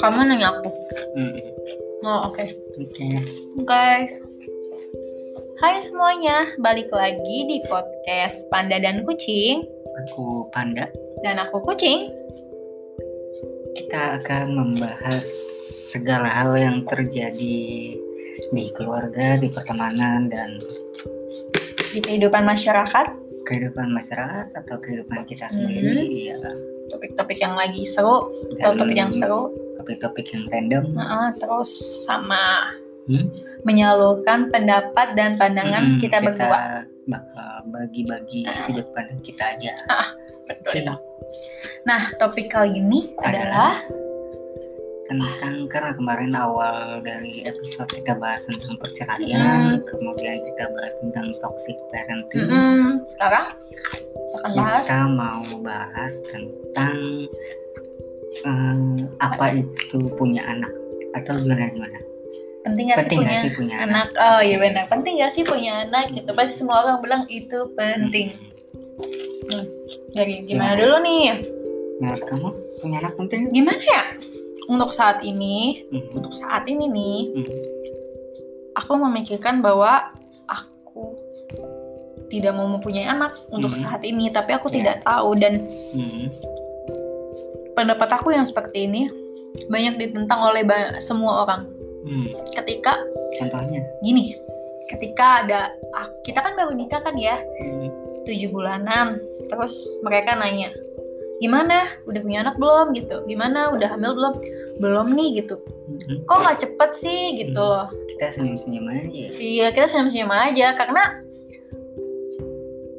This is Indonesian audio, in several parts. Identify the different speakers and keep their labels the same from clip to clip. Speaker 1: Kamu nanya aku.
Speaker 2: Hmm,
Speaker 1: Oh, oke.
Speaker 2: oke.
Speaker 1: Oke. Hai semuanya, balik lagi di podcast Panda dan Kucing
Speaker 2: Aku Panda.
Speaker 1: dan aku Kucing.
Speaker 2: Kita akan membahas segala hal yang terjadi di keluarga, di pertemanan, dan
Speaker 1: Di kehidupan masyarakat,
Speaker 2: kehidupan masyarakat atau kehidupan kita
Speaker 1: Mhm.
Speaker 2: sendiri. ya.
Speaker 1: topik-topik yang lagi seru, atau
Speaker 2: Dan
Speaker 1: topik yang seru,
Speaker 2: Topik-topik yang random.
Speaker 1: Heeh, terus sama
Speaker 2: Hmm?
Speaker 1: menyalurkan pendapat dan pandangan
Speaker 2: Mm-mm,
Speaker 1: kita berdua.
Speaker 2: Hmm,
Speaker 1: Ah.
Speaker 2: bakal bagi-bagi sudut pandang kita aja.
Speaker 1: Betul itu. Nah, topik kali ini adalah
Speaker 2: tentang karena kemarin awal dari episode kita bahas tentang perceraian,
Speaker 1: Mm-mm.
Speaker 2: kemudian kita bahas tentang toxic parenting.
Speaker 1: Hmm. Mm-mm, sekarang kita
Speaker 2: Iya.
Speaker 1: akan bahas
Speaker 2: Kita mau bahas tentang eh, apa itu punya anak atau gimana gimana.
Speaker 1: penting gak Iya sih
Speaker 2: penting
Speaker 1: punya
Speaker 2: nggak sih punya anak?
Speaker 1: anak oh iya
Speaker 2: Oke.
Speaker 1: benar penting gak sih punya anak gitu pasti semua orang bilang itu penting dari gimana
Speaker 2: Iya.
Speaker 1: dulu nih
Speaker 2: Menurut kamu punya anak penting?
Speaker 1: gimana ya untuk saat ini
Speaker 2: Mm,
Speaker 1: untuk saat ini nih
Speaker 2: mm,
Speaker 1: aku memikirkan bahwa aku tidak mau mempunyai anak untuk
Speaker 2: Mhm.
Speaker 1: saat ini tapi aku
Speaker 2: Iya.
Speaker 1: tidak tahu dan
Speaker 2: mm,
Speaker 1: pendapat aku yang seperti ini banyak ditentang oleh ba- semua orang
Speaker 2: mm.
Speaker 1: ketika
Speaker 2: Contohnya?
Speaker 1: gini ketika ada ah, kita kan baru nikah kan ya
Speaker 2: Mm,
Speaker 1: tujuh bulanan terus mereka nanya gimana udah punya anak belum gitu gimana udah hamil belum belum nih gitu
Speaker 2: mm.
Speaker 1: kok nggak cepet sih gitu
Speaker 2: Hmm.
Speaker 1: loh
Speaker 2: Kita senyum-senyum aja.
Speaker 1: iya kita senyum-senyum aja karena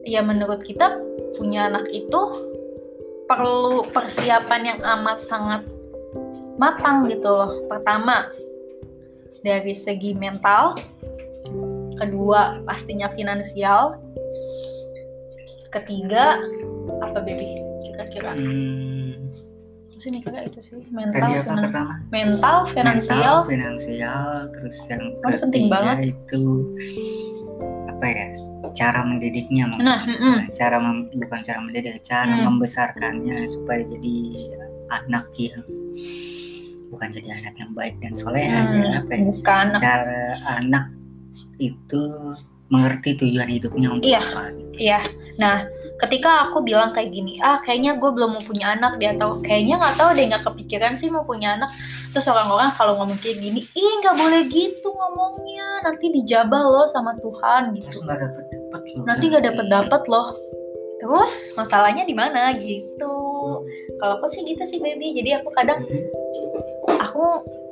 Speaker 1: ya menurut kita punya anak itu perlu persiapan yang amat sangat matang gitu loh pertama dari segi mental kedua pastinya finansial ketiga apa baby kira-kira
Speaker 2: Mm,
Speaker 1: sih kira itu sih
Speaker 2: Tadi
Speaker 1: mental
Speaker 2: apa
Speaker 1: finan-
Speaker 2: pertama?
Speaker 1: mental finansial
Speaker 2: Mental, finansial terus yang
Speaker 1: Oh,
Speaker 2: ketiga
Speaker 1: penting banget.
Speaker 2: itu apa ya cara mendidiknya mungkin.
Speaker 1: nah mm-mm.
Speaker 2: Nah, cara mem- bukan cara mendidik cara
Speaker 1: Hmm.
Speaker 2: membesarkannya supaya jadi anak yang bukan jadi anak yang baik dan soleh
Speaker 1: Hmm,
Speaker 2: apa ya
Speaker 1: bukan
Speaker 2: cara anak itu mengerti tujuan hidupnya untuk
Speaker 1: Iya.
Speaker 2: apa gitu.
Speaker 1: Iya. Nah, ketika aku bilang kayak gini, ah kayaknya gue belum mau punya anak dia tahu, kayaknya nggak tahu deh nggak kepikiran sih mau punya anak. Terus orang-orang selalu ngomong kayak gini, ih nggak boleh gitu ngomongnya, nanti dijabah loh sama Tuhan
Speaker 2: terus
Speaker 1: gitu.
Speaker 2: nggak dapet dapet loh
Speaker 1: Nanti nggak dapet dapet loh. Terus masalahnya di mana gitu? Kalau aku sih gitu sih baby. Jadi aku kadang
Speaker 2: Mm-hmm.
Speaker 1: aku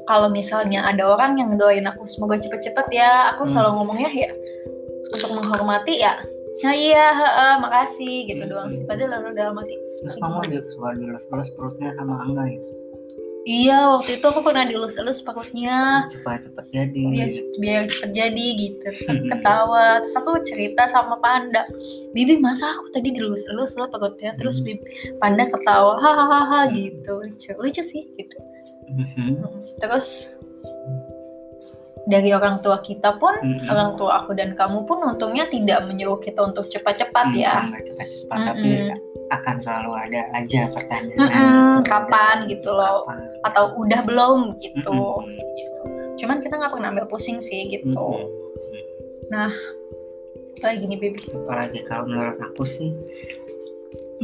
Speaker 1: kalau misalnya ada orang yang doain aku semoga cepet-cepet ya aku
Speaker 2: Hmm.
Speaker 1: selalu ngomongnya ya untuk menghormati ya nah iya heeh, makasih gitu
Speaker 2: Hmm.
Speaker 1: doang sih padahal lalu dalam hati
Speaker 2: terus mama dia suka dilus-lus perutnya sama angga ya
Speaker 1: iya waktu itu aku pernah dilus-elus perutnya
Speaker 2: supaya cepet jadi
Speaker 1: biar, biar terjadi gitu terus aku
Speaker 2: Hmm.
Speaker 1: ketawa terus aku cerita sama panda bibi masa aku tadi dilus-elus lo perutnya terus
Speaker 2: Hmm.
Speaker 1: Bibi- panda ketawa hahaha
Speaker 2: Hmm.
Speaker 1: gitu lucu lucu sih gitu
Speaker 2: Mhm.
Speaker 1: Mm, terus dari orang tua kita pun
Speaker 2: Mhm.
Speaker 1: orang tua aku dan kamu pun untungnya tidak menyuruh kita untuk cepat-cepat
Speaker 2: Hmm,
Speaker 1: ya.
Speaker 2: nggak cepat-cepat tapi akan selalu ada aja pertanyaan
Speaker 1: Mm-mm,
Speaker 2: gitu.
Speaker 1: kapan
Speaker 2: Ada,
Speaker 1: gitu loh.
Speaker 2: kapan.
Speaker 1: Atau udah belum gitu.
Speaker 2: Mm-mm.
Speaker 1: Gitu. Cuman kita nggak pernah ambil pusing sih gitu.
Speaker 2: Mm-mm.
Speaker 1: Kayak gini baby.
Speaker 2: apalagi kalau menurut aku sih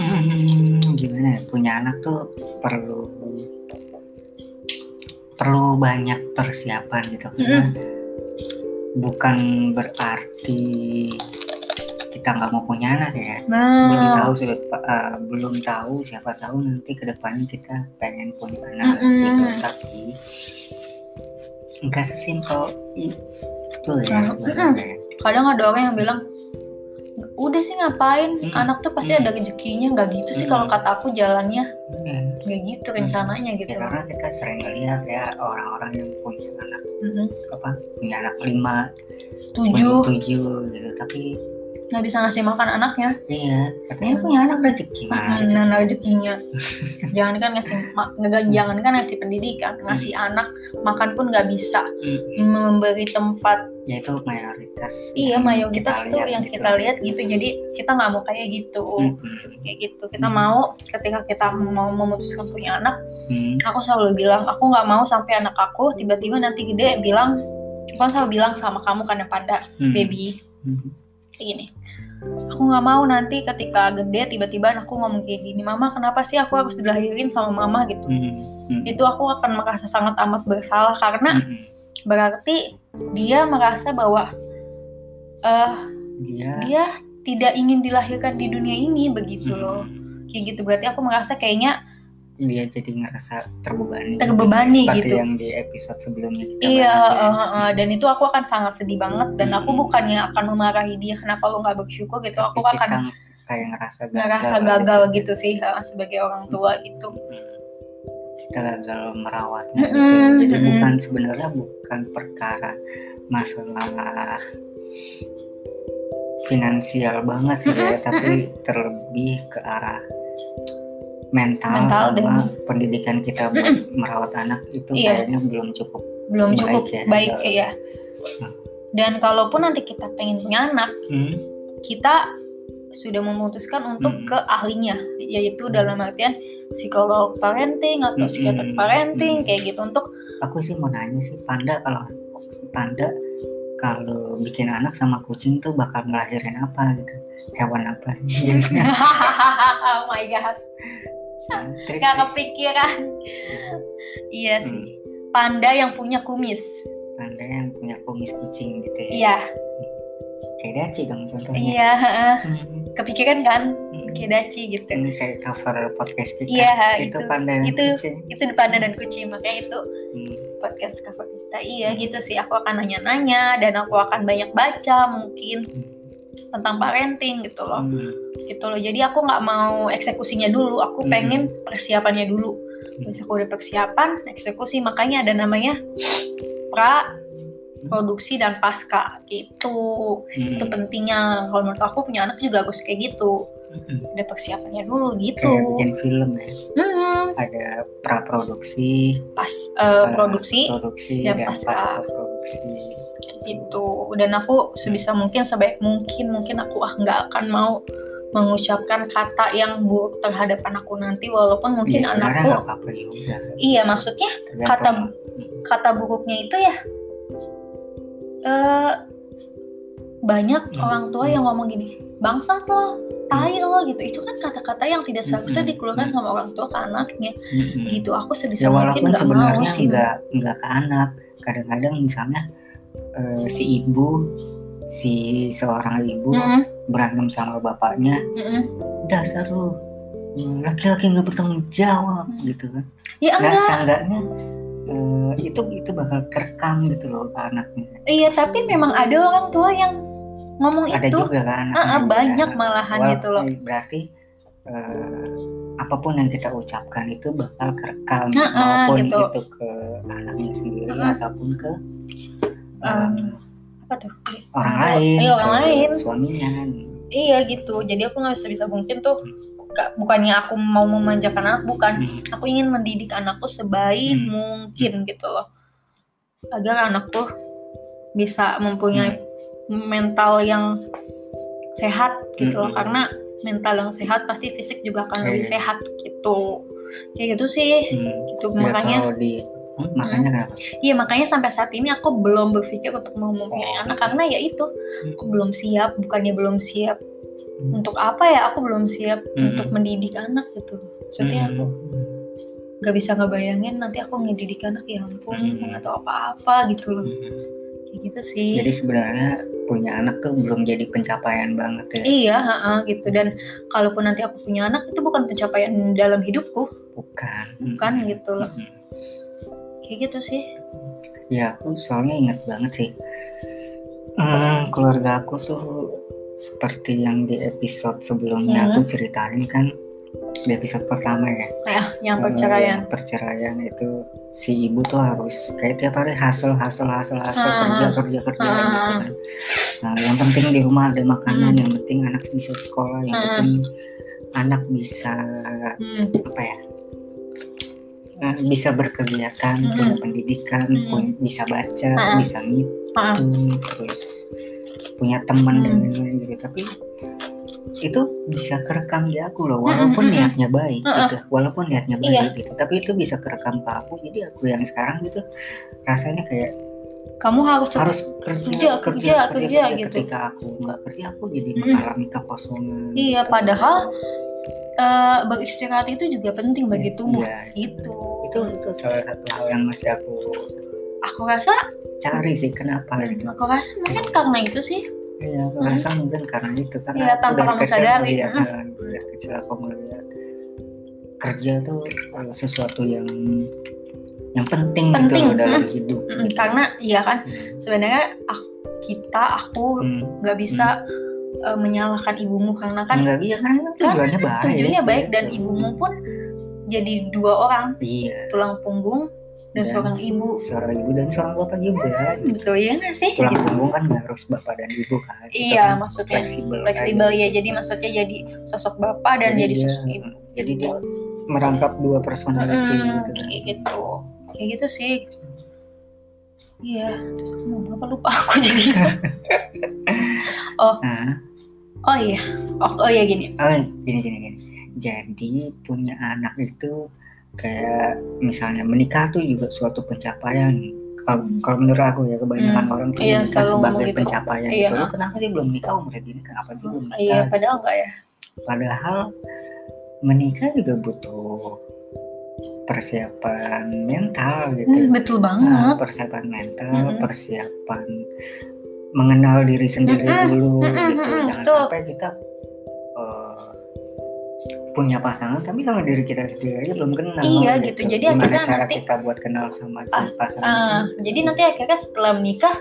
Speaker 2: mm, gimana ya punya anak tuh perlu perlu banyak persiapan gitu karena bukan berarti kita nggak mau punya anak ya belum
Speaker 1: Nah,
Speaker 2: tahu sudut pa- eh, belum tahu siapa tahu nanti kedepannya kita pengen punya anak
Speaker 1: Mm-mm.
Speaker 2: gitu tapi nggak sesimpel itu ya
Speaker 1: Nah, Mm-mm.
Speaker 2: sebenarnya
Speaker 1: kadang ada orang yang bilang udah sih ngapain
Speaker 2: Mm-mm.
Speaker 1: anak tuh pasti
Speaker 2: Mm-mm.
Speaker 1: ada rezekinya nggak gitu sih kalau
Speaker 2: Mm-mm.
Speaker 1: kata aku jalannya
Speaker 2: Ya,
Speaker 1: nggak gitu rencananya gitu
Speaker 2: Hmm. ya karena kita sering lihat ya orang-orang yang punya anak
Speaker 1: Mm-mm.
Speaker 2: apa punya anak lima
Speaker 1: Hmm.
Speaker 2: punya
Speaker 1: tujuh
Speaker 2: tujuh gitu tapi
Speaker 1: nggak bisa ngasih makan anaknya
Speaker 2: iya katanya punya anak rezeki
Speaker 1: Hmm,
Speaker 2: mana rezeki? Hmm.
Speaker 1: nah rezekinya jangan kan ngasih ma- nge- jangan kan ngasih pendidikan ngasih anak makan pun nggak bisa
Speaker 2: Mm-mm.
Speaker 1: memberi tempat
Speaker 2: ya itu mayoritas
Speaker 1: iya
Speaker 2: yang
Speaker 1: mayoritas
Speaker 2: kita
Speaker 1: tuh
Speaker 2: lihat
Speaker 1: yang
Speaker 2: gitu.
Speaker 1: kita lihat gitu jadi kita nggak mau kayak gitu
Speaker 2: Mm-mm.
Speaker 1: kayak gitu kita
Speaker 2: Hmm.
Speaker 1: mau ketika kita mau memutuskan punya anak
Speaker 2: Hmm.
Speaker 1: aku selalu bilang aku nggak mau sampai anak aku tiba-tiba nanti gede bilang aku kan selalu bilang sama kamu kan yang pada
Speaker 2: Hmm.
Speaker 1: baby
Speaker 2: Hmm.
Speaker 1: kayak gini aku nggak mau nanti ketika gede tiba-tiba anakku ngomong kayak gini mama kenapa sih aku harus dilahirin sama mama gitu
Speaker 2: Hmm. Hmm.
Speaker 1: itu aku akan merasa sangat amat bersalah karena
Speaker 2: Mm-mm.
Speaker 1: berarti dia merasa bahwa eh
Speaker 2: dia
Speaker 1: dia tidak ingin dilahirkan di dunia ini begitu
Speaker 2: Mm.
Speaker 1: gitu loh kayak gitu berarti aku merasa kayaknya
Speaker 2: dia jadi ngerasa terbebani
Speaker 1: Terbebani
Speaker 2: seperti
Speaker 1: gitu.
Speaker 2: yang di episode sebelumnya kita
Speaker 1: iya
Speaker 2: bahas ya.
Speaker 1: eh, eh, eh, dan itu aku akan sangat sedih banget dan aku
Speaker 2: Mm.
Speaker 1: bukannya akan memarahi dia kenapa lo nggak bersyukur gitu
Speaker 2: Tapi
Speaker 1: aku
Speaker 2: kita
Speaker 1: akan
Speaker 2: kayak ngerasa gagal ya,
Speaker 1: ngerasa gagal gitu sih eh, sebagai orang
Speaker 2: Hmm.
Speaker 1: tua gitu
Speaker 2: Mm. kita gagal merawatnya gitu.
Speaker 1: Mm-mm,
Speaker 2: jadi
Speaker 1: mm-mm.
Speaker 2: bukan sebenarnya bukan perkara masalah finansial banget sih ya
Speaker 1: Mm-mm,
Speaker 2: tapi terlebih ke arah mental,
Speaker 1: Mental
Speaker 2: sama
Speaker 1: dan-
Speaker 2: pendidikan kita buat merawat anak itu
Speaker 1: Iya.
Speaker 2: kayaknya belum cukup
Speaker 1: belum
Speaker 2: Baik
Speaker 1: cukup
Speaker 2: ya.
Speaker 1: baik ya dan kalaupun nanti kita pengen punya anak
Speaker 2: Hmm.
Speaker 1: kita sudah memutuskan untuk
Speaker 2: Mm.
Speaker 1: ke ahlinya yaitu
Speaker 2: Hmm.
Speaker 1: dalam artian psikolog parenting atau
Speaker 2: Mm,
Speaker 1: psikiater
Speaker 2: mm,
Speaker 1: parenting
Speaker 2: mm.
Speaker 1: kayak gitu untuk
Speaker 2: aku sih mau nanya sih panda kalau panda kalau bikin anak sama kucing tuh bakal ngelahirin apa gitu hewan apa sih
Speaker 1: oh my god
Speaker 2: Tris,
Speaker 1: gak
Speaker 2: Tris,
Speaker 1: kepikiran iya
Speaker 2: Hmm.
Speaker 1: sih panda yang punya kumis
Speaker 2: panda yang punya kumis kucing gitu ya
Speaker 1: iya
Speaker 2: kayak daci dong contohnya
Speaker 1: iya heeh.
Speaker 2: Hmm,
Speaker 1: kepikiran kan
Speaker 2: hmm.
Speaker 1: kedaci gitu
Speaker 2: ini kayak cover podcast kita
Speaker 1: iya
Speaker 2: itu kan.
Speaker 1: itu
Speaker 2: panda yang
Speaker 1: itu.
Speaker 2: kucing
Speaker 1: itu di panda dan kucing makanya itu
Speaker 2: Hmm,
Speaker 1: podcast cover kita iya gitu sih aku akan nanya-nanya dan aku akan banyak baca mungkin tentang parenting gitu loh
Speaker 2: hmm,
Speaker 1: gitu loh jadi aku nggak mau eksekusinya dulu aku
Speaker 2: Hmm.
Speaker 1: pengen persiapannya dulu terus aku udah persiapan eksekusi makanya ada namanya pra produksi dan pasca gitu
Speaker 2: hmm.
Speaker 1: itu pentingnya kalau menurut aku punya anak juga harus kayak gitu
Speaker 2: Hmm.
Speaker 1: udah persiapannya dulu gitu
Speaker 2: kayak bikin film ya
Speaker 1: Hmm,
Speaker 2: ada praproduksi
Speaker 1: pas eh,
Speaker 2: eh,
Speaker 1: produksi
Speaker 2: produksi
Speaker 1: dan
Speaker 2: dan
Speaker 1: pasca.
Speaker 2: pasca produksi
Speaker 1: gitu dan aku sebisa mungkin sebaik mungkin mungkin aku ah nggak akan mau mengucapkan kata yang buruk terhadap anakku nanti walaupun mungkin
Speaker 2: ya, sebenarnya
Speaker 1: anakku
Speaker 2: nggak apa-apa juga
Speaker 1: iya maksudnya
Speaker 2: tergantung
Speaker 1: kata buruknya itu ya eh banyak
Speaker 2: Hmm.
Speaker 1: orang tua yang ngomong gini bangsat lo tai lo gitu itu kan kata-kata yang tidak seharusnya
Speaker 2: Hmm.
Speaker 1: dikeluarkan sama orang tua ke anaknya
Speaker 2: Mm-mm.
Speaker 1: gitu aku
Speaker 2: Hmm, ya
Speaker 1: sebisa
Speaker 2: walaupun
Speaker 1: mungkin nggak mau
Speaker 2: sebenarnya
Speaker 1: sih
Speaker 2: nggak nggak ke anak kadang-kadang misalnya eh, si ibu si seorang ibu
Speaker 1: Mm-mm,
Speaker 2: berantem sama bapaknya
Speaker 1: mm-mm.
Speaker 2: dasar lu eh, laki-laki nggak bertanggung jawab
Speaker 1: Hmm.
Speaker 2: gitu kan
Speaker 1: ya
Speaker 2: nah
Speaker 1: enggak
Speaker 2: seenggaknya eh, itu itu bakal kerekam gitu loh ke anaknya
Speaker 1: iya tapi memang ada orang tua yang ngomong
Speaker 2: ada
Speaker 1: itu
Speaker 2: juga
Speaker 1: Ah, ah,
Speaker 2: kan anak-anak
Speaker 1: banyak
Speaker 2: juga.
Speaker 1: malahan
Speaker 2: Wal-
Speaker 1: gitu loh
Speaker 2: eh, berarti eh, apapun yang kita ucapkan itu bakal kerekam
Speaker 1: Nah, ah,
Speaker 2: maupun
Speaker 1: gitu.
Speaker 2: itu ke anaknya sendiri
Speaker 1: Mm-mm.
Speaker 2: ataupun ke eh,
Speaker 1: Em, apa tuh
Speaker 2: orang lain,
Speaker 1: iya, orang
Speaker 2: ke
Speaker 1: lain.
Speaker 2: suaminya.
Speaker 1: iya gitu jadi aku nggak bisa bisa mungkin tuh nggak- bukannya aku mau memanjakan anak bukan
Speaker 2: Mm,
Speaker 1: aku ingin mendidik anakku sebaik
Speaker 2: Hmm.
Speaker 1: mungkin gitu loh agar anakku bisa mempunyai mental yang sehat gitu loh
Speaker 2: Hmm.
Speaker 1: karena mental yang sehat pasti fisik juga akan lebih
Speaker 2: Iya.
Speaker 1: sehat gitu kayak gitu sih
Speaker 2: mm.
Speaker 1: gitu
Speaker 2: Ya,
Speaker 1: makanya
Speaker 2: kalau di Hmm, makanya kenapa?
Speaker 1: iya makanya sampai saat ini aku belum berpikir untuk mau mempunyai
Speaker 2: Oh.
Speaker 1: anak karena ya itu aku belum siap bukannya belum siap
Speaker 2: Hmm.
Speaker 1: untuk apa ya aku belum siap
Speaker 2: Hmm.
Speaker 1: untuk mendidik anak gitu maksudnya
Speaker 2: Mm,
Speaker 1: aku gak bisa ngebayangin nanti aku ngedidik anak ya ampun
Speaker 2: Hmm.
Speaker 1: atau apa-apa gitu loh
Speaker 2: mm.
Speaker 1: kayak gitu sih
Speaker 2: Jadi sebenarnya punya anak tuh belum jadi pencapaian banget ya,
Speaker 1: iya ha-ha, gitu dan kalaupun nanti aku punya anak itu bukan pencapaian dalam hidupku
Speaker 2: bukan?
Speaker 1: bukan gitu loh
Speaker 2: Mm.
Speaker 1: kayak gitu sih
Speaker 2: Ya aku soalnya ingat banget sih Hmm, Keluarga aku tuh seperti yang di episode sebelumnya
Speaker 1: Hmm.
Speaker 2: aku ceritain kan di episode pertama ya
Speaker 1: ya yang
Speaker 2: Eh,
Speaker 1: perceraian
Speaker 2: perceraian itu si ibu tuh harus kayak tiap hari hasil hasil hasil hasil
Speaker 1: Ah,
Speaker 2: kerja kerja kerja
Speaker 1: ah,
Speaker 2: gitu
Speaker 1: ah.
Speaker 2: kan Nah, yang penting di rumah ada makanan
Speaker 1: Hmm.
Speaker 2: yang penting anak bisa sekolah yang
Speaker 1: Ah, ah.
Speaker 2: penting anak bisa
Speaker 1: Hmm,
Speaker 2: apa ya eh, bisa berkegiatan
Speaker 1: Hmm.
Speaker 2: punya pendidikan
Speaker 1: Hmm.
Speaker 2: pun bisa baca
Speaker 1: Ah, ah.
Speaker 2: bisa ngitung terus punya teman dan lain-lain gitu tapi itu bisa kerekam di aku loh
Speaker 1: Hmm,
Speaker 2: walaupun
Speaker 1: hmm, hmm.
Speaker 2: niatnya baik
Speaker 1: Ah, ah.
Speaker 2: gitu walaupun niatnya
Speaker 1: Iya.
Speaker 2: baik gitu tapi itu bisa kerekam ke aku jadi aku yang sekarang gitu rasanya kayak
Speaker 1: kamu harus tetap-
Speaker 2: harus kerja
Speaker 1: kerja, kerja, kerja, gitu.
Speaker 2: ketika aku nggak kerja aku jadi
Speaker 1: Mm-mm.
Speaker 2: mengalami kekosongan
Speaker 1: Iya,
Speaker 2: gitu.
Speaker 1: padahal eh, beristirahat itu juga penting bagi tubuh Gitu.
Speaker 2: Iya,
Speaker 1: itu
Speaker 2: itu itu salah satu hal yang masih aku
Speaker 1: aku rasa
Speaker 2: cari sih kenapa gitu
Speaker 1: aku rasa mungkin karena itu sih
Speaker 2: Iya, aku
Speaker 1: Mm-mm.
Speaker 2: rasa mungkin karena itu
Speaker 1: Hmm.
Speaker 2: karena
Speaker 1: Iya,
Speaker 2: aku
Speaker 1: tanpa
Speaker 2: dari
Speaker 1: kamu
Speaker 2: kecil
Speaker 1: sadari. Hmm.
Speaker 2: iya,
Speaker 1: Mm-mm.
Speaker 2: nah, dari kecil aku melihat kerja tuh eh, sesuatu yang yang penting,
Speaker 1: Penting,
Speaker 2: gitu loh dalam hidup.
Speaker 1: Mm,
Speaker 2: gitu.
Speaker 1: karena iya kan
Speaker 2: Hmm.
Speaker 1: sebenarnya ak- kita aku
Speaker 2: Hmm.
Speaker 1: nggak bisa eh, menyalahkan ibumu karena kan
Speaker 2: Enggak iya karena kan
Speaker 1: Karena
Speaker 2: tujuannya baik.
Speaker 1: tujuannya baik dan
Speaker 2: gitu.
Speaker 1: ibumu pun jadi dua orang
Speaker 2: Iya.
Speaker 1: tulang punggung dan, seorang ibu
Speaker 2: Seorang ibu dan seorang bapak juga.
Speaker 1: gitu ya nggak sih
Speaker 2: Tulang
Speaker 1: Gitu.
Speaker 2: punggung kan nggak harus bapak dan ibu kan. Kita
Speaker 1: Iya,
Speaker 2: kan
Speaker 1: maksudnya
Speaker 2: fleksibel. aja.
Speaker 1: fleksibel ya jadi maksudnya jadi sosok bapak dan jadi
Speaker 2: dia-
Speaker 1: sosok ibu
Speaker 2: Jadi dia Iya. merangkap dua personality
Speaker 1: Mm,
Speaker 2: gitu. kan.
Speaker 1: kayak gitu kayak gitu sih iya terus aku mau apa lupa aku jadi
Speaker 2: Nah,
Speaker 1: oh iya oh, oh iya gini
Speaker 2: Oh, gini gini gini. Jadi punya anak itu kayak misalnya menikah tuh juga suatu pencapaian. Kalau
Speaker 1: Hmm.
Speaker 2: kalau menurut aku ya kebanyakan orang tuh
Speaker 1: Iya,
Speaker 2: menikah
Speaker 1: selalu
Speaker 2: sebagai
Speaker 1: ngomong gitu.
Speaker 2: pencapaian.
Speaker 1: Iya.
Speaker 2: Gitu. Lu kenapa sih belum nikah umur segini? Kenapa sih belum nikah?
Speaker 1: iya padahal enggak ya
Speaker 2: Padahal menikah juga butuh persiapan mental gitu.
Speaker 1: Hmm, betul
Speaker 2: Nah,
Speaker 1: banget
Speaker 2: persiapan mental,
Speaker 1: Mm-mm.
Speaker 2: persiapan mengenal diri sendiri
Speaker 1: Mm-mm,
Speaker 2: dulu
Speaker 1: mm-mm, mm-mm,
Speaker 2: gitu. Jangan
Speaker 1: Uh-huh. betul.
Speaker 2: sampai kita eh, punya pasangan tapi sama diri kita sendiri aja belum kenal.
Speaker 1: Iya, gitu. Jadi
Speaker 2: Gimana
Speaker 1: akhirnya
Speaker 2: cara
Speaker 1: nanti-
Speaker 2: kita buat kenal sama si
Speaker 1: Pas-
Speaker 2: pasangan?
Speaker 1: Ah, jadi nanti akhirnya setelah menikah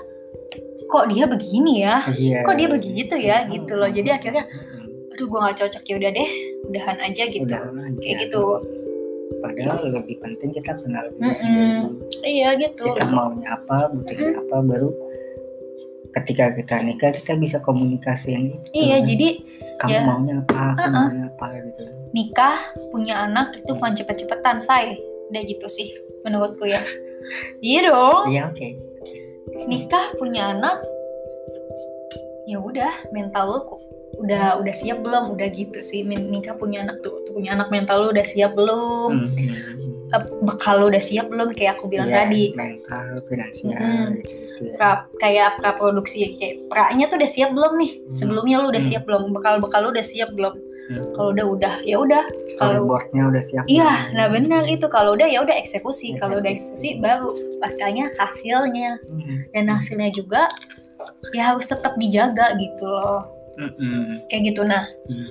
Speaker 1: kok dia begini ya
Speaker 2: Iya.
Speaker 1: kok dia begitu ya?
Speaker 2: Mm-mm.
Speaker 1: Gitu loh. Jadi akhirnya,
Speaker 2: Mm-mm.
Speaker 1: aduh gue nggak cocok ya udah deh udahan aja gitu
Speaker 2: Udah Ya. aja.
Speaker 1: kayak gitu
Speaker 2: Padahal lebih penting kita kenal diri
Speaker 1: Mm-mm.
Speaker 2: sendiri dulu.
Speaker 1: iya gitu
Speaker 2: kita maunya apa butuhnya
Speaker 1: Mm-hmm.
Speaker 2: apa baru ketika kita nikah kita bisa komunikasiin itu
Speaker 1: iya
Speaker 2: kan.
Speaker 1: jadi
Speaker 2: kamu
Speaker 1: ya.
Speaker 2: maunya apa aku
Speaker 1: Uh-uh.
Speaker 2: maunya apa gitu
Speaker 1: nikah punya anak itu bukan cepet-cepetan say udah gitu sih menurutku ya iya dong
Speaker 2: iya oke Iya.
Speaker 1: nikah punya anak ya udah mental lu ku- udah udah siap belum udah gitu sih Min- nikah punya anak tuh, tuh punya anak mental lu udah siap belum
Speaker 2: Hmm.
Speaker 1: Eh, bekal lu udah siap belum kayak aku Oh. bilang
Speaker 2: Iya,
Speaker 1: tadi
Speaker 2: mental finansial
Speaker 1: Mm-mm.
Speaker 2: gitu ya.
Speaker 1: pra, kayak praproduksi kayak praknya tuh udah siap belum nih sebelumnya lu udah
Speaker 2: Hmm.
Speaker 1: siap belum bekal bekal lu udah siap belum
Speaker 2: Hmm.
Speaker 1: kalau udah udah ya udah kalau
Speaker 2: storyboardnya udah siap
Speaker 1: iya
Speaker 2: belum?
Speaker 1: nah benar itu kalau udah ya udah eksekusi kalau udah
Speaker 2: Eksekusi.
Speaker 1: eksekusi baru paskanya hasilnya
Speaker 2: Mm-mm.
Speaker 1: dan hasilnya juga ya harus tetap dijaga gitu loh
Speaker 2: Mm-mm.
Speaker 1: kayak gitu nah
Speaker 2: Mm.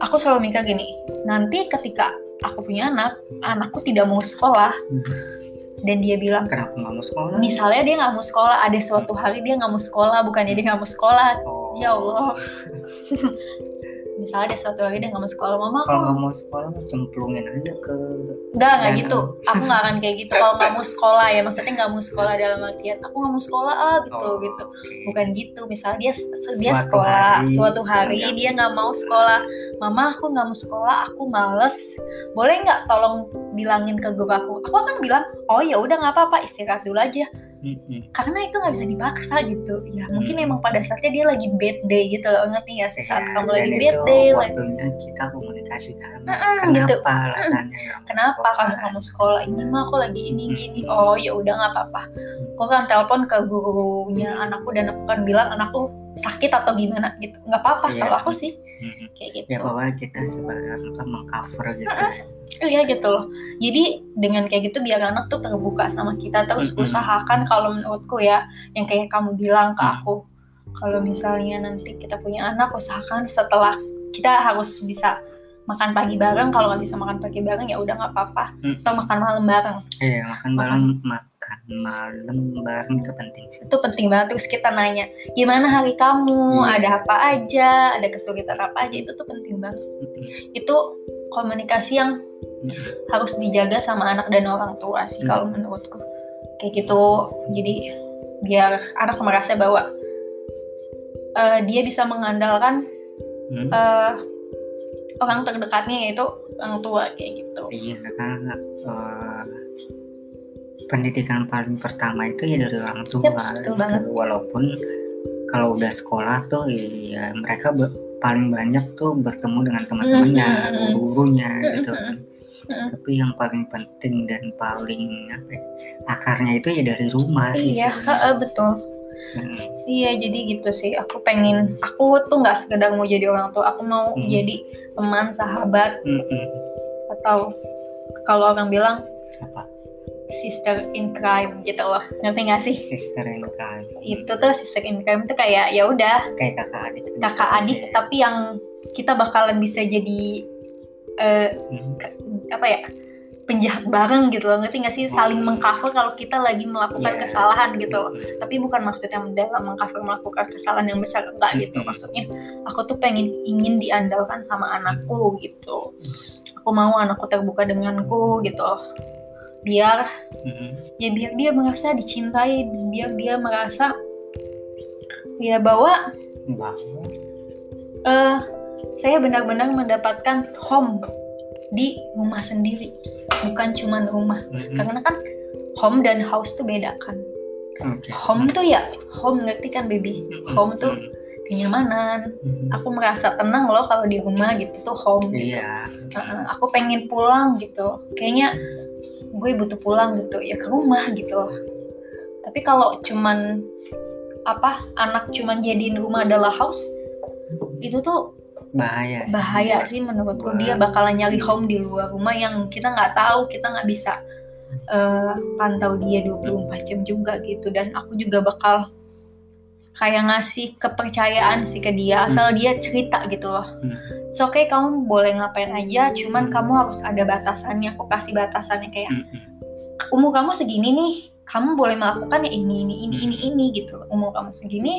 Speaker 1: aku selalu mikir gini nanti ketika aku punya anak anakku tidak mau sekolah
Speaker 2: Hmm.
Speaker 1: dan dia bilang
Speaker 2: kenapa nggak mau sekolah
Speaker 1: misalnya dia nggak mau sekolah ada suatu hari dia nggak mau sekolah bukannya dia nggak mau sekolah
Speaker 2: Oh.
Speaker 1: Ya Allah. Misalnya ada suatu lagi dia nggak mau sekolah, mama aku
Speaker 2: kalau nggak mau sekolah lu cemplungin aja ke
Speaker 1: nggak nggak
Speaker 2: Dan-
Speaker 1: gitu. Aku nggak akan kayak gitu. Kalau nggak mau sekolah ya, maksudnya nggak mau sekolah dalam artian aku nggak mau sekolah ah gitu
Speaker 2: Oh,
Speaker 1: gitu.
Speaker 2: oke.
Speaker 1: Bukan gitu. Misalnya dia dia
Speaker 2: Suatu
Speaker 1: sekolah,
Speaker 2: hari Iya,
Speaker 1: suatu hari
Speaker 2: dia nggak
Speaker 1: dia
Speaker 2: mau
Speaker 1: nggak mau sekolah. Mama aku nggak mau sekolah, aku males. Boleh nggak tolong bilangin ke guru aku? Aku akan bilang, oh ya udah nggak apa-apa istirahat dulu aja.
Speaker 2: Mm-mm.
Speaker 1: Karena itu nggak bisa dipaksa gitu. Ya mungkin
Speaker 2: Hmm.
Speaker 1: emang pada saatnya dia lagi bad day gitu loh. Ngerti nggak sih saat
Speaker 2: Ya,
Speaker 1: kamu
Speaker 2: dan
Speaker 1: lagi
Speaker 2: itu
Speaker 1: bad day, lagi
Speaker 2: waktunya kita komunikasikan
Speaker 1: Mm-mm, gitu.
Speaker 2: kenapa alasannya nggak mau
Speaker 1: kenapa
Speaker 2: sekolah?
Speaker 1: kamu kamu sekolah ini mah aku lagi ini gini
Speaker 2: Hmm.
Speaker 1: oh ya udah nggak apa-apa aku kan telepon ke gurunya anakku dan aku kan bilang anakku sakit atau gimana gitu nggak apa-apa
Speaker 2: Iya.
Speaker 1: kalau aku sih
Speaker 2: Mm-mm.
Speaker 1: kayak
Speaker 2: ya
Speaker 1: gitu
Speaker 2: pokoknya kita sebagai orang tua mengcover gitu
Speaker 1: iya gitu loh jadi dengan kayak gitu biar anak tuh terbuka sama kita terus
Speaker 2: Mm-mm.
Speaker 1: usahakan kalau menurutku ya yang kayak kamu bilang ke
Speaker 2: Hmm.
Speaker 1: aku kalau misalnya nanti kita punya anak usahakan setelah kita harus bisa makan pagi bareng kalau nggak bisa makan pagi bareng ya udah nggak apa-apa
Speaker 2: Mm.
Speaker 1: atau makan malam bareng
Speaker 2: Iya, makan malam makan malam bareng itu penting sih.
Speaker 1: itu penting banget terus kita nanya gimana hari kamu
Speaker 2: Iya.
Speaker 1: ada apa aja ada kesulitan apa aja itu tuh penting banget
Speaker 2: Mm-mm.
Speaker 1: itu komunikasi yang
Speaker 2: Iya.
Speaker 1: harus dijaga sama anak dan orang tua sih
Speaker 2: Hmm.
Speaker 1: kalau menurutku kayak gitu jadi biar anak merasa bahwa eh, dia bisa mengandalkan
Speaker 2: Hmm.
Speaker 1: eh, orang terdekatnya yaitu orang tua kayak gitu
Speaker 2: Iya, karena eh, pendidikan paling pertama itu ya dari orang tua.
Speaker 1: Yap, betul
Speaker 2: gitu.
Speaker 1: banget.
Speaker 2: Walaupun kalau udah sekolah tuh ya mereka be- paling banyak tuh bertemu dengan teman-temannya,
Speaker 1: Mm, mm, mm.
Speaker 2: gurunya
Speaker 1: Mm,
Speaker 2: gitu.
Speaker 1: mm,
Speaker 2: kan.
Speaker 1: mm.
Speaker 2: Tapi yang paling penting dan paling apa ya, akarnya itu ya dari rumah sih.
Speaker 1: iya
Speaker 2: sebenarnya.
Speaker 1: heeh, betul
Speaker 2: Hmm,
Speaker 1: Iya jadi gitu sih aku pengen aku tuh nggak sekedar mau jadi orang tua aku mau
Speaker 2: Hmm.
Speaker 1: jadi teman sahabat
Speaker 2: mm, mm.
Speaker 1: atau kalau orang bilang
Speaker 2: Apa?
Speaker 1: sister in crime gitu loh ngerti nggak sih
Speaker 2: Sister in crime.
Speaker 1: itu tuh sister in crime tuh kayak ya udah
Speaker 2: kayak kakak adik. gitu.
Speaker 1: kakak adik tapi yang kita bakalan bisa jadi eh,
Speaker 2: Hmm.
Speaker 1: ke- apa ya penjahat bareng gitu loh ngerti nggak sih saling
Speaker 2: Hmm.
Speaker 1: mengcover kalau kita lagi melakukan
Speaker 2: Iya.
Speaker 1: kesalahan gitu loh
Speaker 2: Mm,
Speaker 1: tapi bukan maksudnya dalam mengcover melakukan kesalahan yang besar enggak
Speaker 2: Mm.
Speaker 1: gitu maksudnya aku tuh pengen ingin diandalkan sama anakku gitu aku mau anakku terbuka denganku gitu loh biar
Speaker 2: mm.
Speaker 1: ya biar dia merasa dicintai biar dia merasa ya bahwa
Speaker 2: Bahwa
Speaker 1: eh, saya benar-benar mendapatkan home di rumah sendiri bukan cuman rumah
Speaker 2: mm, mm.
Speaker 1: karena kan home dan house tuh beda kan
Speaker 2: Mm-hmm. Oke. Mm-hmm.
Speaker 1: home tuh ya home ngerti kan baby home tuh kenyamanan
Speaker 2: Mm.
Speaker 1: aku merasa tenang loh kalau di rumah gitu tuh home
Speaker 2: iya
Speaker 1: Heeh, aku pengen pulang gitu kayaknya gue butuh pulang gitu ya ke rumah gitu loh tapi kalau cuman apa anak cuman jadiin rumah adalah house itu tuh
Speaker 2: bahaya sih.
Speaker 1: bahaya sih menurutku dia bakalan nyari home di luar rumah yang kita nggak tahu kita nggak bisa eh, pantau dia 24 jam juga gitu dan aku juga bakal kayak ngasih kepercayaan sih ke
Speaker 2: Hmm.
Speaker 1: dia asal dia cerita gitu loh It's okay kamu boleh ngapain aja cuman
Speaker 2: Hmm.
Speaker 1: kamu harus ada batasannya aku kasih batasannya kayak
Speaker 2: Mm-mm.
Speaker 1: umur kamu segini nih kamu boleh melakukan ya ini ini ini ini
Speaker 2: Hmm.
Speaker 1: ini gitu umur kamu segini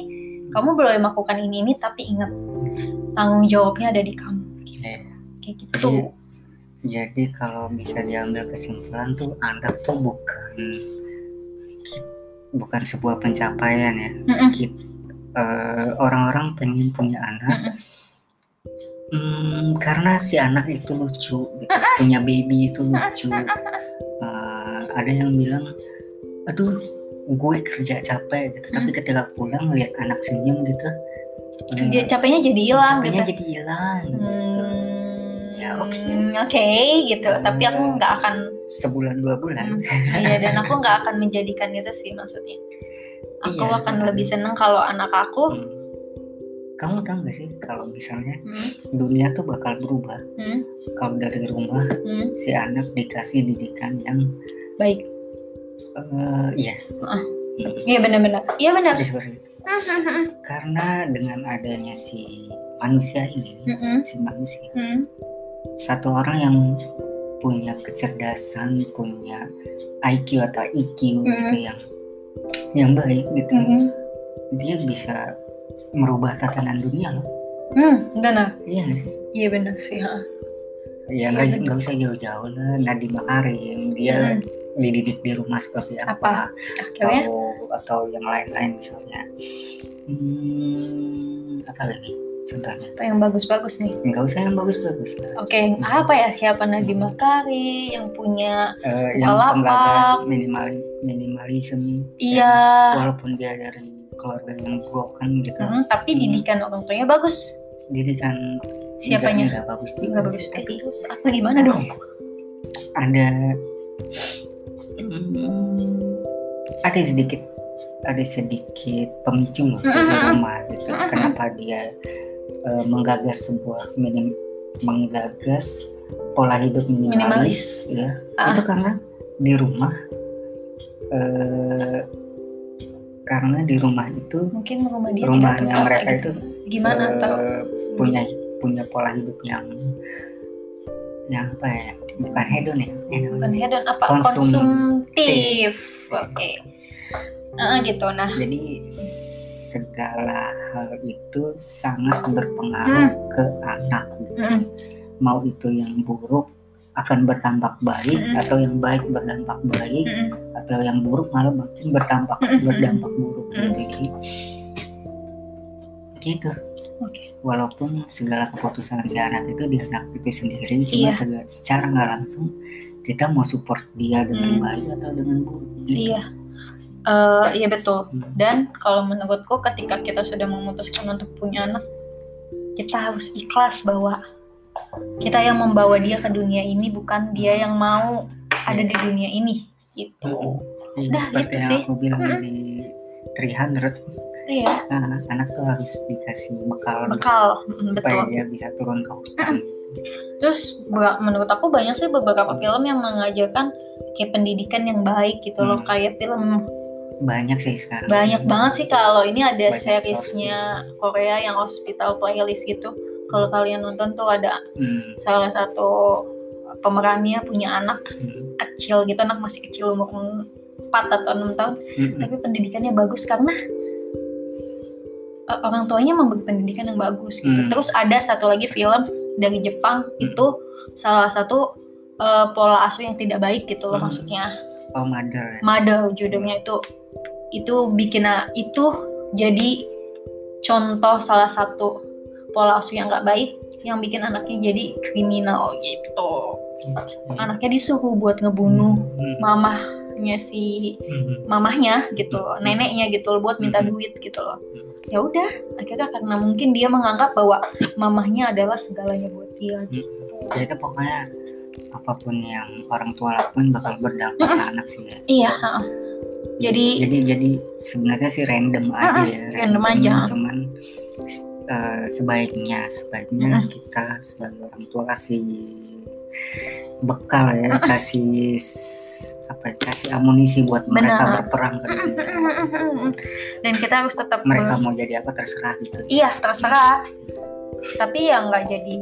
Speaker 1: kamu boleh melakukan ini ini tapi ingat tanggung jawabnya ada di kamu
Speaker 2: Iya.
Speaker 1: kayak gitu
Speaker 2: jadi kalau bisa diambil kesimpulan tuh anak tuh bukan bukan sebuah pencapaian ya
Speaker 1: Mm-mm.
Speaker 2: Eh, orang-orang pengen punya anak
Speaker 1: Mm-mm.
Speaker 2: Hmm, karena si anak itu lucu gitu. punya baby itu lucu Eh, ada yang bilang aduh gue kerja capek gitu tapi ketika pulang lihat anak senyum gitu eh,
Speaker 1: Dia Iya. capeknya jadi hilang
Speaker 2: capeknya
Speaker 1: gitu
Speaker 2: jadi hilang gitu.
Speaker 1: Hmm,
Speaker 2: Ya, oke.
Speaker 1: oke gitu tapi aku
Speaker 2: Hmm.
Speaker 1: nggak akan
Speaker 2: sebulan dua bulan
Speaker 1: Hmm, iya dan aku nggak akan menjadikan itu sih maksudnya aku
Speaker 2: Iya.
Speaker 1: akan lebih seneng kalau anak aku
Speaker 2: Hmm. kamu tahu gak sih kalau misalnya
Speaker 1: hmm,
Speaker 2: dunia tuh bakal berubah
Speaker 1: hmm,
Speaker 2: kalau dari rumah
Speaker 1: hmm,
Speaker 2: si anak dikasih didikan yang
Speaker 1: baik
Speaker 2: eh, iya
Speaker 1: iya benar-benar iya benar
Speaker 2: ya seperti itu.
Speaker 1: Hmm, hmm, hmm,
Speaker 2: karena dengan adanya si manusia ini
Speaker 1: hmm, hmm,
Speaker 2: si manusia
Speaker 1: hmm.
Speaker 2: satu orang yang punya kecerdasan punya IQ atau IQ gitu
Speaker 1: Hmm.
Speaker 2: yang yang baik gitu
Speaker 1: Hmm,
Speaker 2: dia bisa merubah tatanan dunia loh
Speaker 1: hmm, benar
Speaker 2: iya nggak sih?
Speaker 1: iya benar sih ha.
Speaker 2: Ya
Speaker 1: Iya,
Speaker 2: nggak
Speaker 1: bener.
Speaker 2: nggak usah jauh-jauh lah Nadiem Makarim dia
Speaker 1: Hmm, ya.
Speaker 2: dididik di rumah seperti apa,
Speaker 1: akhirnya
Speaker 2: atau atau yang lain-lain misalnya hmm, apa lagi contohnya
Speaker 1: apa yang bagus-bagus nih
Speaker 2: nggak usah yang bagus-bagus lah
Speaker 1: oke apa ya siapa Nadiem Makari yang punya
Speaker 2: Eh, yang
Speaker 1: Kalapak.
Speaker 2: penggagas minimal minimalism
Speaker 1: iya
Speaker 2: walaupun dia dari keluarga yang broken gitu
Speaker 1: Hmm, tapi
Speaker 2: Hmm.
Speaker 1: didikan orang tuanya bagus
Speaker 2: didikan
Speaker 1: siapanya
Speaker 2: nggak nggak bagus juga
Speaker 1: nggak bagus
Speaker 2: sih,
Speaker 1: Eh,
Speaker 2: tapi
Speaker 1: terus apa gimana dong
Speaker 2: ada
Speaker 1: Mm-hmm.
Speaker 2: Hmm, ada sedikit ada sedikit pemicu loh
Speaker 1: Mm-mm.
Speaker 2: dari rumah gitu.
Speaker 1: Mm-mm.
Speaker 2: Kenapa dia eh, menggagas sebuah minim menggagas pola hidup minimalis, ya?
Speaker 1: Ah.
Speaker 2: Itu karena di rumah eh, karena di rumah itu
Speaker 1: mungkin rumah dia tidak
Speaker 2: rumahnya
Speaker 1: tertata
Speaker 2: mereka
Speaker 1: gitu.
Speaker 2: itu
Speaker 1: gimana
Speaker 2: eh,
Speaker 1: atau
Speaker 2: punya punya pola hidup yang yang apa ya? Bukan hedon ya? hedon.
Speaker 1: bukan hedon apa
Speaker 2: konsum-
Speaker 1: konsumtif oke Ah, gitu nah
Speaker 2: Jadi
Speaker 1: Hmm.
Speaker 2: segala hal itu sangat berpengaruh ke anak.
Speaker 1: Mm.
Speaker 2: mau itu yang buruk akan bertampak baik
Speaker 1: Mm-mm.
Speaker 2: atau yang baik berdampak baik
Speaker 1: Mm-mm.
Speaker 2: atau yang buruk malah makin bertampak
Speaker 1: Mm-mm.
Speaker 2: berdampak buruk
Speaker 1: Mm.
Speaker 2: gitu jadi gitu
Speaker 1: Oke.
Speaker 2: walaupun segala keputusan si anak itu di anak itu sendiri cuma
Speaker 1: Iya.
Speaker 2: sega- secara nggak langsung kita mau support dia
Speaker 1: Mm.
Speaker 2: dengan baik atau dengan buruk gitu.
Speaker 1: Iya. Eh, iya betul.
Speaker 2: Hmm.
Speaker 1: Dan kalau menurutku ketika kita sudah memutuskan untuk punya anak, kita harus ikhlas bahwa kita yang membawa dia ke dunia ini bukan dia yang mau ada di dunia ini gitu.
Speaker 2: Iya,
Speaker 1: Dah,
Speaker 2: seperti
Speaker 1: gitu
Speaker 2: yang
Speaker 1: sih.
Speaker 2: aku bilang
Speaker 1: Mm-mm.
Speaker 2: di 300
Speaker 1: Iya,
Speaker 2: nah, anak tuh harus dikasih bekal,
Speaker 1: bekal Mm,
Speaker 2: supaya
Speaker 1: betul.
Speaker 2: dia bisa turun ke hutan
Speaker 1: Terus ber- menurut aku banyak sih beberapa
Speaker 2: Hmm.
Speaker 1: film yang mengajarkan kayak pendidikan yang baik gitu loh,
Speaker 2: Hmm.
Speaker 1: kayak film
Speaker 2: banyak sih sekarang
Speaker 1: banyak banget sih kalau ini ada
Speaker 2: Banyak
Speaker 1: seriesnya Korea yang Hospital Playlist gitu. Kalau kalian nonton tuh ada
Speaker 2: Hmm,
Speaker 1: salah satu pemerannya punya anak
Speaker 2: hmm,
Speaker 1: kecil gitu, anak masih kecil umur 4 atau 6 tahun,
Speaker 2: hmm, hmm.
Speaker 1: tapi pendidikannya bagus karena uh, orang tuanya memberi pendidikan yang bagus gitu.
Speaker 2: Hmm.
Speaker 1: Terus ada satu lagi film dari Jepang itu salah satu uh, pola asuh yang tidak baik gitu loh
Speaker 2: Hmm.
Speaker 1: maksudnya.
Speaker 2: Oh, mother ya.
Speaker 1: Mother judulnya itu itu bikin a- itu jadi contoh salah satu pola asuh yang nggak baik yang bikin anaknya jadi kriminal gitu anaknya disuruh buat ngebunuh
Speaker 2: Hmm,
Speaker 1: mamahnya si
Speaker 2: hmm, hmm.
Speaker 1: mamahnya gitu neneknya gitu loh buat minta
Speaker 2: Mhm.
Speaker 1: duit gitu loh ya udah akhirnya karena mungkin dia menganggap bahwa mamahnya adalah segalanya buat dia gitu
Speaker 2: Ya itu pokoknya apapun yang orang tua lakuin bakal berdampak ke anak sih ya.
Speaker 1: iya ha-ha. jadi Ah,
Speaker 2: jadi jadi sebenarnya sih random aja ya.
Speaker 1: random aja.
Speaker 2: Cuman eh, sebaiknya sebaiknya kita sebagai orang tua kasih bekal ya, kasih s- apa ya, kasih amunisi buat mereka
Speaker 1: Benar.
Speaker 2: berperang ke
Speaker 1: Hmm,
Speaker 2: dunia.
Speaker 1: dan kita harus tetap
Speaker 2: Hmm. Mereka mau jadi apa terserah gitu.
Speaker 1: Iya terserah. Tapi ya nggak jadi.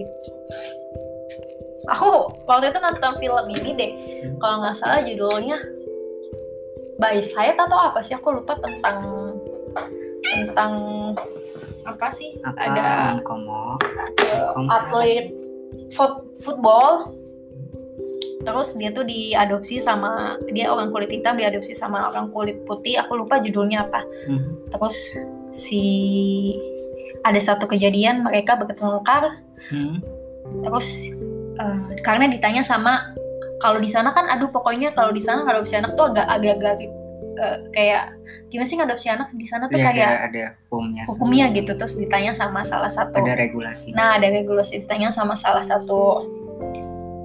Speaker 1: Aku waktu itu nonton film ini deh,
Speaker 2: Hmm.
Speaker 1: kalau nggak salah judulnya By Sayat atau apa sih? Aku lupa tentang tentang apa sih?
Speaker 2: Apa
Speaker 1: Ada
Speaker 2: komo?
Speaker 1: eh, atlet fut- football. Terus dia tuh diadopsi sama dia orang kulit hitam diadopsi sama orang kulit putih. Aku lupa judulnya apa terus si ada satu kejadian mereka bertengkar
Speaker 2: Mm-hmm.
Speaker 1: terus eh, karena ditanya sama kalau di sana kan aduh pokoknya kalau di sana ngadopsi anak tuh agak agak-agak eh, kayak gimana sih ngadopsi anak di sana tuh
Speaker 2: Iya, ada,
Speaker 1: kayak
Speaker 2: ada hukumnya.
Speaker 1: hukumnya
Speaker 2: sendiri.
Speaker 1: gitu terus ditanya sama salah satu
Speaker 2: Ada regulasi.
Speaker 1: nah ada regulasi ditanya sama salah satu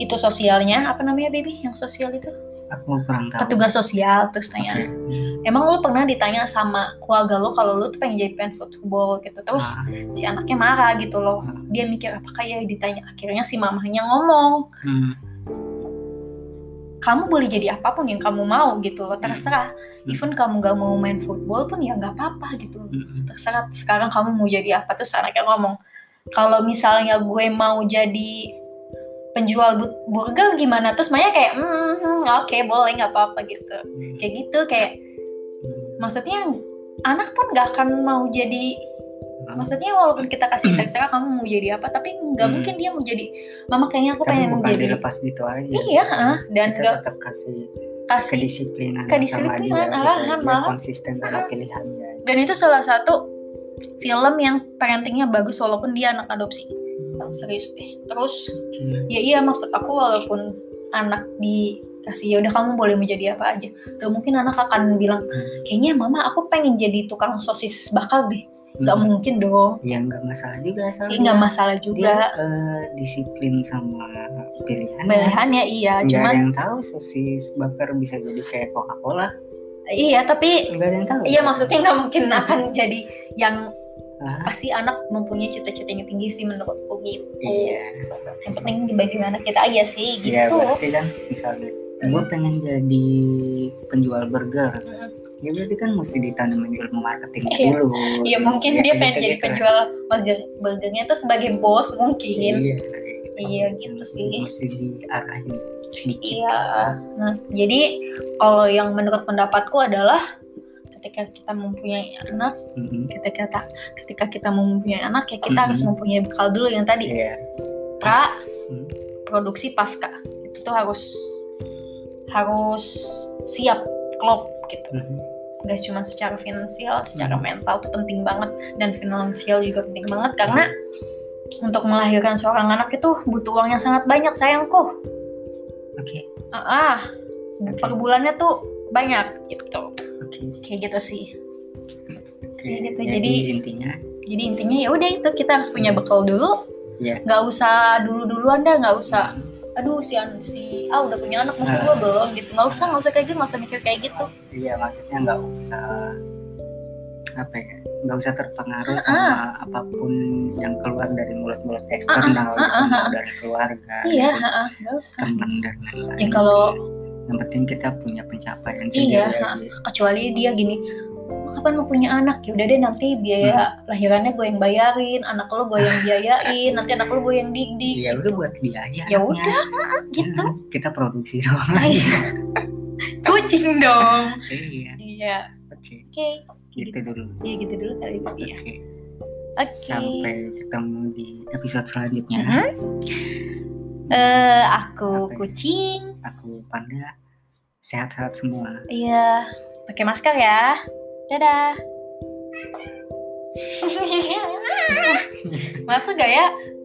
Speaker 1: itu sosialnya apa namanya baby yang sosial itu
Speaker 2: Aku kurang tahu.
Speaker 1: petugas sosial terus tanya
Speaker 2: Oke.
Speaker 1: emang lo pernah ditanya sama keluarga lo kalau lo tuh pengen jadi pengen football gitu terus
Speaker 2: Ah,
Speaker 1: si anaknya marah gitu loh dia mikir apakah ya ditanya akhirnya si mamahnya ngomong
Speaker 2: hmm.
Speaker 1: kamu boleh jadi apapun yang kamu mau gitu loh terserah
Speaker 2: Hmm.
Speaker 1: even kamu gak mau main football pun ya nggak apa-apa gitu
Speaker 2: Mm-mm.
Speaker 1: terserah sekarang kamu mau jadi apa terus anaknya ngomong kalau misalnya gue mau jadi penjual bu- burger gimana terus Maya kayak "Hmm, hmm, oke boleh nggak apa-apa gitu kayak gitu kayak maksudnya anak pun nggak akan mau jadi maksudnya walaupun kita kasih terserah kamu mau jadi apa tapi nggak
Speaker 2: Hmm.
Speaker 1: mungkin dia mau jadi mama kayaknya aku
Speaker 2: Tapi
Speaker 1: pengen
Speaker 2: bukan
Speaker 1: jadi
Speaker 2: dilepas gitu aja.
Speaker 1: iya ah. dan
Speaker 2: Kita
Speaker 1: nggak
Speaker 2: tetap kasih
Speaker 1: kasih
Speaker 2: kedisiplinan,
Speaker 1: kedisiplinan,
Speaker 2: sama dia supaya
Speaker 1: arahan
Speaker 2: dia
Speaker 1: malah.
Speaker 2: konsisten dalam
Speaker 1: Mm-mm.
Speaker 2: pilihannya.
Speaker 1: dan itu salah satu film yang parentingnya bagus walaupun dia anak adopsi
Speaker 2: Hmm.
Speaker 1: serius deh terus ya iya maksud aku walaupun anak dikasih ya udah kamu boleh menjadi apa aja tuh mungkin anak akan bilang kayaknya mama aku pengen jadi tukang sosis bakar deh nggak
Speaker 2: Mm.
Speaker 1: mungkin dong
Speaker 2: Ya nggak masalah juga asal
Speaker 1: Ih, nggak masalah
Speaker 2: dia
Speaker 1: juga
Speaker 2: eh, disiplin sama pilihan.
Speaker 1: pilihannya iya
Speaker 2: Nggak
Speaker 1: cuman
Speaker 2: ada yang tahu sosis bakar bisa jadi kayak Coca-Cola.
Speaker 1: iya tapi
Speaker 2: Nggak ada yang tahu.
Speaker 1: Iya maksudnya nggak mungkin akan jadi yang
Speaker 2: Ah.
Speaker 1: pasti anak mempunyai cita-cita yang tinggi sih menurutku gitu.
Speaker 2: Iya.
Speaker 1: Yang penting dibagi mana kita aja sih gitu.
Speaker 2: Iya berarti kan misalnya gue pengen jadi penjual burger
Speaker 1: Mm.
Speaker 2: ya berarti kan mesti ditanamin ilmu marketing
Speaker 1: Iya.
Speaker 2: dulu
Speaker 1: Iya mungkin
Speaker 2: Ya,
Speaker 1: dia pengen
Speaker 2: gitu-gitu
Speaker 1: jadi
Speaker 2: lah.
Speaker 1: penjual burger- burgernya itu sebagai bos mungkin.
Speaker 2: iya
Speaker 1: Iya, gitu sih.
Speaker 2: mesti diarahin sedikit
Speaker 1: Iya. Nah jadi kalau yang menurut pendapatku adalah ketika kita mempunyai anak,
Speaker 2: Mhm.
Speaker 1: ketika kita ketika kita mempunyai anak ya kita
Speaker 2: Mhm.
Speaker 1: harus mempunyai bekal dulu yang tadi
Speaker 2: iya
Speaker 1: Pra-
Speaker 2: Terus Hmm.
Speaker 1: produksi pasca itu tuh harus harus siap klop gitu
Speaker 2: Mhm.
Speaker 1: gak cuma secara finansial, secara
Speaker 2: Hmm.
Speaker 1: mental tuh penting banget dan finansial juga penting banget karena untuk melahirkan seorang anak itu butuh uang yang sangat banyak sayangku.
Speaker 2: Oke,
Speaker 1: Ah, ah.
Speaker 2: Oke.
Speaker 1: per bulannya tuh banyak gitu.
Speaker 2: oke.
Speaker 1: Kayak gitu sih.
Speaker 2: oke.
Speaker 1: Ya gitu,
Speaker 2: Jadi
Speaker 1: jadi-
Speaker 2: intinya
Speaker 1: Jadi intinya ya udah itu kita harus punya bekal dulu.
Speaker 2: Iya.
Speaker 1: nggak usah dulu-duluan dah, nggak usah aduh si An- si ah udah punya anak masa
Speaker 2: Ah.
Speaker 1: gua belum gitu. nggak usah, nggak usah kayak gitu, nggak usah mikir kayak gitu.
Speaker 2: Iya maksudnya nggak usah apa ya nggak usah terpengaruh
Speaker 1: Ah,
Speaker 2: sama apapun yang keluar dari mulut-mulut eksternal
Speaker 1: ah, ah,
Speaker 2: gitu,
Speaker 1: ah.
Speaker 2: dari keluarga
Speaker 1: Iya,
Speaker 2: dari
Speaker 1: heeh, nggak usah.
Speaker 2: teman dan lain-lain
Speaker 1: Ya kalau
Speaker 2: yang penting kita punya pencapaian gitu.
Speaker 1: Iya,
Speaker 2: sendiri
Speaker 1: ah.
Speaker 2: aja.
Speaker 1: kecuali dia gini "Lo kapan mau punya anak ya udah deh nanti
Speaker 2: Hmm.
Speaker 1: biaya lahirannya gue yang bayarin anak lo gue yang biayain nanti anak lo gue yang didik
Speaker 2: ya udah buat dia aja
Speaker 1: Ya
Speaker 2: anaknya.
Speaker 1: udah, gitu
Speaker 2: Jangan kita produksi doang
Speaker 1: Iya. kucing dong
Speaker 2: iya
Speaker 1: iya
Speaker 2: oke
Speaker 1: oke
Speaker 2: gitu dulu
Speaker 1: ya gitu dulu kali
Speaker 2: oke
Speaker 1: ini ya Oke.
Speaker 2: sampai ketemu di episode selanjutnya
Speaker 1: Mhm. Eh, aku
Speaker 2: Hmm. Apa ya?
Speaker 1: kucing
Speaker 2: aku panda sehat-sehat semua
Speaker 1: iya pakai masker ya dadah masa gak ya